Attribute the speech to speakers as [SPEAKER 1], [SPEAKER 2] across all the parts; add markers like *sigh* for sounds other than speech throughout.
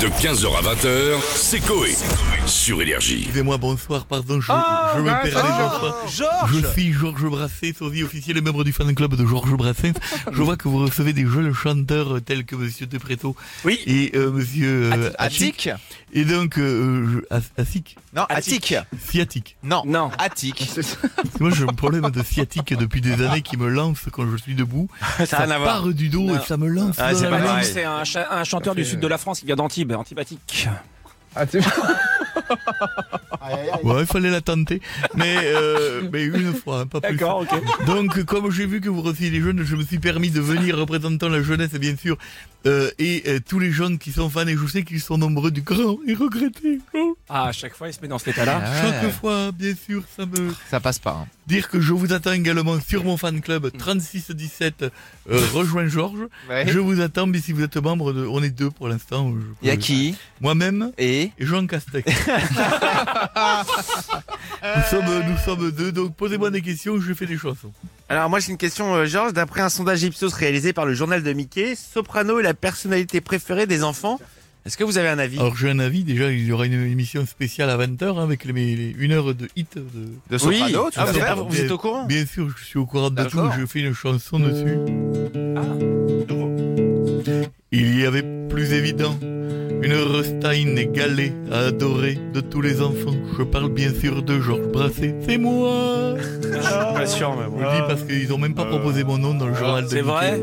[SPEAKER 1] De 15h à 20h, c'est Coé. Sur Énergie.
[SPEAKER 2] Excusez-moi, bonsoir, pardon, je,
[SPEAKER 3] Ah,
[SPEAKER 2] je me perds les enfants. Je suis Georges Brassens, sosie officiel et membre du fan club de Georges Brassens. Je vois que vous recevez des jeunes chanteurs euh, tels que Monsieur Depreto
[SPEAKER 3] Oui.
[SPEAKER 2] et euh, Monsieur euh, Attic.
[SPEAKER 3] Attic
[SPEAKER 2] Et donc, euh, je- As- Asic
[SPEAKER 3] Non, Attic.
[SPEAKER 2] Sciatique.
[SPEAKER 3] Non. Non.
[SPEAKER 2] *laughs*
[SPEAKER 3] Attic.
[SPEAKER 2] Parce que Moi, j'ai un problème de sciatique depuis des années qui me lance quand je suis debout.
[SPEAKER 3] Ça
[SPEAKER 2] Ça part du dos et ça me lance.
[SPEAKER 3] Ah,
[SPEAKER 2] dans
[SPEAKER 3] c'est
[SPEAKER 2] la
[SPEAKER 3] pas
[SPEAKER 2] langue.
[SPEAKER 3] pareil.
[SPEAKER 4] C'est un, cha- un chanteur du sud de la France qui vient d'Antibes, antipathique.
[SPEAKER 2] Ouais, il fallait la tenter. Mais, euh, mais une fois, hein, pas plus.
[SPEAKER 4] ok.
[SPEAKER 2] Donc, comme j'ai vu que vous receviez les jeunes, je me suis permis de venir représentant la jeunesse, bien sûr, euh, et euh, tous les jeunes qui sont fans, et je sais qu'ils sont nombreux du grand et regretté. Oh,
[SPEAKER 4] Ah, à chaque fois, il se met dans cet état-là.
[SPEAKER 3] Ah.
[SPEAKER 2] Chaque fois, bien sûr, ça me...
[SPEAKER 3] Ça passe pas. hein.
[SPEAKER 2] Dire que je vous attends également sur mon fan club
[SPEAKER 3] Mm.
[SPEAKER 2] 3617, euh, rejoins Georges. Je vous attends, mais si vous êtes membre, de... on est deux pour l'instant. je-
[SPEAKER 3] Il y a qui
[SPEAKER 2] Moi-même
[SPEAKER 3] Et
[SPEAKER 2] et Jean Castex.
[SPEAKER 3] *laughs*
[SPEAKER 2] nous, sommes, nous sommes deux, donc posez-moi des questions, je fais des chansons.
[SPEAKER 5] Alors moi j'ai une question euh, Georges, d'après un sondage Ipsos réalisé par le journal de Mickey, Soprano est la personnalité préférée des enfants. Est-ce que vous avez un avis
[SPEAKER 3] Oh.
[SPEAKER 2] Alors j'ai un avis, déjà il y aura une émission spéciale à 20h avec les, les- une heure de hit. De...
[SPEAKER 5] de
[SPEAKER 3] Soprano, tout
[SPEAKER 5] Ah,
[SPEAKER 3] à
[SPEAKER 5] vous, êtes,
[SPEAKER 3] fait.
[SPEAKER 5] ah, vous êtes au courant
[SPEAKER 2] Bien sûr, je suis au courant de tout,
[SPEAKER 5] D'accord. Ah,
[SPEAKER 2] je fais une chanson dessus. Il y avait plus évident, une resta inégalée, adorée de tous les enfants. Je parle bien sûr de Georges Brassens, c'est moi
[SPEAKER 5] Ah, Pas sûr, mais
[SPEAKER 2] Je le dis parce qu'ils ont même
[SPEAKER 5] Ah,
[SPEAKER 2] pas proposé mon nom dans le journal de
[SPEAKER 4] Ah, C'est
[SPEAKER 2] Mickey.
[SPEAKER 4] vrai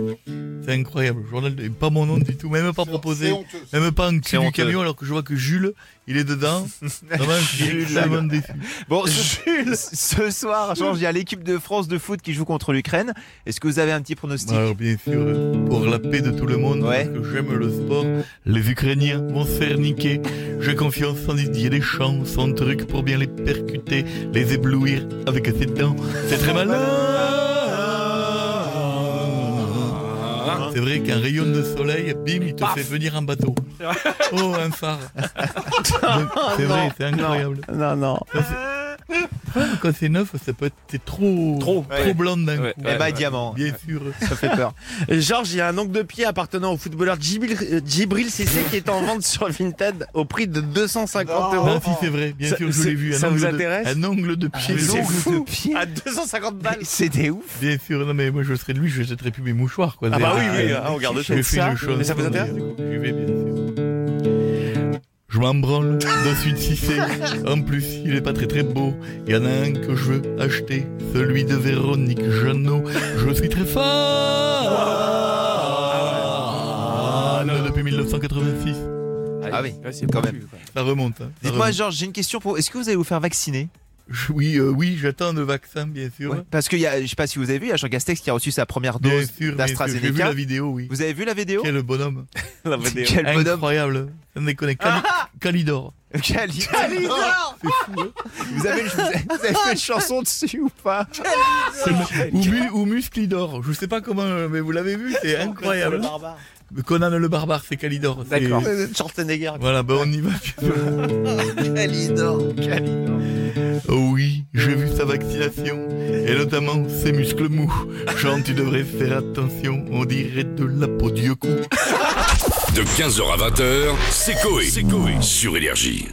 [SPEAKER 2] C'est incroyable, le journal de- pas mon nom du tout, même pas proposé, même pas un cul
[SPEAKER 5] C'est
[SPEAKER 2] du
[SPEAKER 5] honteux.
[SPEAKER 2] camion alors que je vois que Jules, il est dedans. Vraiment, je suis extrêmement déçu.
[SPEAKER 3] Bon, ce, *laughs* ce soir, Georges, il y a l'équipe de France de foot qui joue contre l'Ukraine. Est-ce que vous avez un petit pronostic
[SPEAKER 2] Alors bien sûr, euh, pour la paix de tout le monde,
[SPEAKER 3] Ouais.
[SPEAKER 2] parce que j'aime le sport, les Ukrainiens vont se faire niquer. J'ai confiance en Didier Deschamps, son truc pour bien les percuter, les éblouir avec ses dents. C'est très malin. C'est vrai qu'un rayon de soleil, bim, il te
[SPEAKER 4] Paf.
[SPEAKER 2] fait venir un
[SPEAKER 4] *laughs*
[SPEAKER 2] bateau. Oh, un phare. Donc, C'est vrai, c'est incroyable.
[SPEAKER 3] Non, non.
[SPEAKER 2] Quand c'est neuf, ça peut être c'est trop,
[SPEAKER 4] Trop, ouais.
[SPEAKER 2] blanc d'un
[SPEAKER 4] Ouais,
[SPEAKER 2] coup.
[SPEAKER 3] Eh bah, diamant.
[SPEAKER 2] Bien sûr.
[SPEAKER 3] Ça fait peur.
[SPEAKER 5] Euh, Georges, il y a un ongle de pied appartenant au footballeur Djibril, euh, Djibril Cissé qui est en
[SPEAKER 3] *laughs*
[SPEAKER 5] vente sur Vinted au prix de 250 euros.
[SPEAKER 3] Bah,
[SPEAKER 2] Non, si c'est vrai, bien
[SPEAKER 5] Ça-
[SPEAKER 2] sûr, je
[SPEAKER 5] c'est-
[SPEAKER 2] l'ai vu. Un
[SPEAKER 5] ça vous
[SPEAKER 2] ongle de-
[SPEAKER 5] intéresse Ah,
[SPEAKER 2] Un ongle de pied.
[SPEAKER 5] c'est
[SPEAKER 2] long.
[SPEAKER 5] fou.
[SPEAKER 3] pied.
[SPEAKER 5] À 250 balles.
[SPEAKER 3] C'est des ouf.
[SPEAKER 2] Bien sûr, non mais moi je serais lui, je jetterais plus mes mouchoirs quoi.
[SPEAKER 5] Ah bah oui,
[SPEAKER 2] Derrière,
[SPEAKER 5] oui,
[SPEAKER 2] euh,
[SPEAKER 5] ah, on garde
[SPEAKER 2] je fais
[SPEAKER 3] ça.
[SPEAKER 2] une chose.
[SPEAKER 5] Mais ça vous intéresse
[SPEAKER 2] J'y vais bien sûr. Je m'en branle de suite si
[SPEAKER 5] *laughs*
[SPEAKER 2] c'est. En plus, il est pas très très beau. Il y en a un que je veux acheter, celui de Véronique Jeannot. Je suis très fan
[SPEAKER 5] Ah,
[SPEAKER 2] depuis 1986.
[SPEAKER 3] Ah oui,
[SPEAKER 4] Ouais, c'est
[SPEAKER 3] quand
[SPEAKER 4] pas
[SPEAKER 3] même.
[SPEAKER 4] plus, quoi.
[SPEAKER 2] Ça remonte. Hein. Ça
[SPEAKER 3] Dites-moi,
[SPEAKER 2] remonte.
[SPEAKER 3] Georges, j'ai une question pour. Est-ce que vous allez vous faire vacciner
[SPEAKER 2] Je- Oui, euh, oui, j'attends le vaccin, bien sûr.
[SPEAKER 3] Ouais. Parce que il y a, je sais pas si vous avez vu, il y a Jean Castex qui a reçu sa première
[SPEAKER 2] Bien
[SPEAKER 3] dose
[SPEAKER 2] sûr, bien sûr. J'ai vu
[SPEAKER 3] d'AstraZeneca.
[SPEAKER 2] la vidéo, oui.
[SPEAKER 3] Vous avez vu la vidéo
[SPEAKER 2] Quel bonhomme.
[SPEAKER 5] La vidéo.
[SPEAKER 3] *laughs* Quel bonhomme
[SPEAKER 2] Incroyable. Ça me déconne. Cali- Calidor.
[SPEAKER 3] Quel *laughs* vous, *laughs* avez, vous avez- vous avez fait une chanson dessus ou pas
[SPEAKER 2] C'est mu- ou, mu- ou Musclidor. Je sais pas comment, euh, mais vous l'avez vu, c'est incroyable. Le Conan le barbare, c'est Calidor. c'est-
[SPEAKER 4] D'accord.
[SPEAKER 5] Schwarzenegger.
[SPEAKER 2] Voilà, ben on y va. Euh,
[SPEAKER 3] Calidor
[SPEAKER 2] Oh oui, j'ai vu sa vaccination, et notamment ses muscles mous. Jean, tu devrais faire attention, on dirait de la peau du cou.
[SPEAKER 1] De 15h à 20h, c'est Coé. Sur Énergie.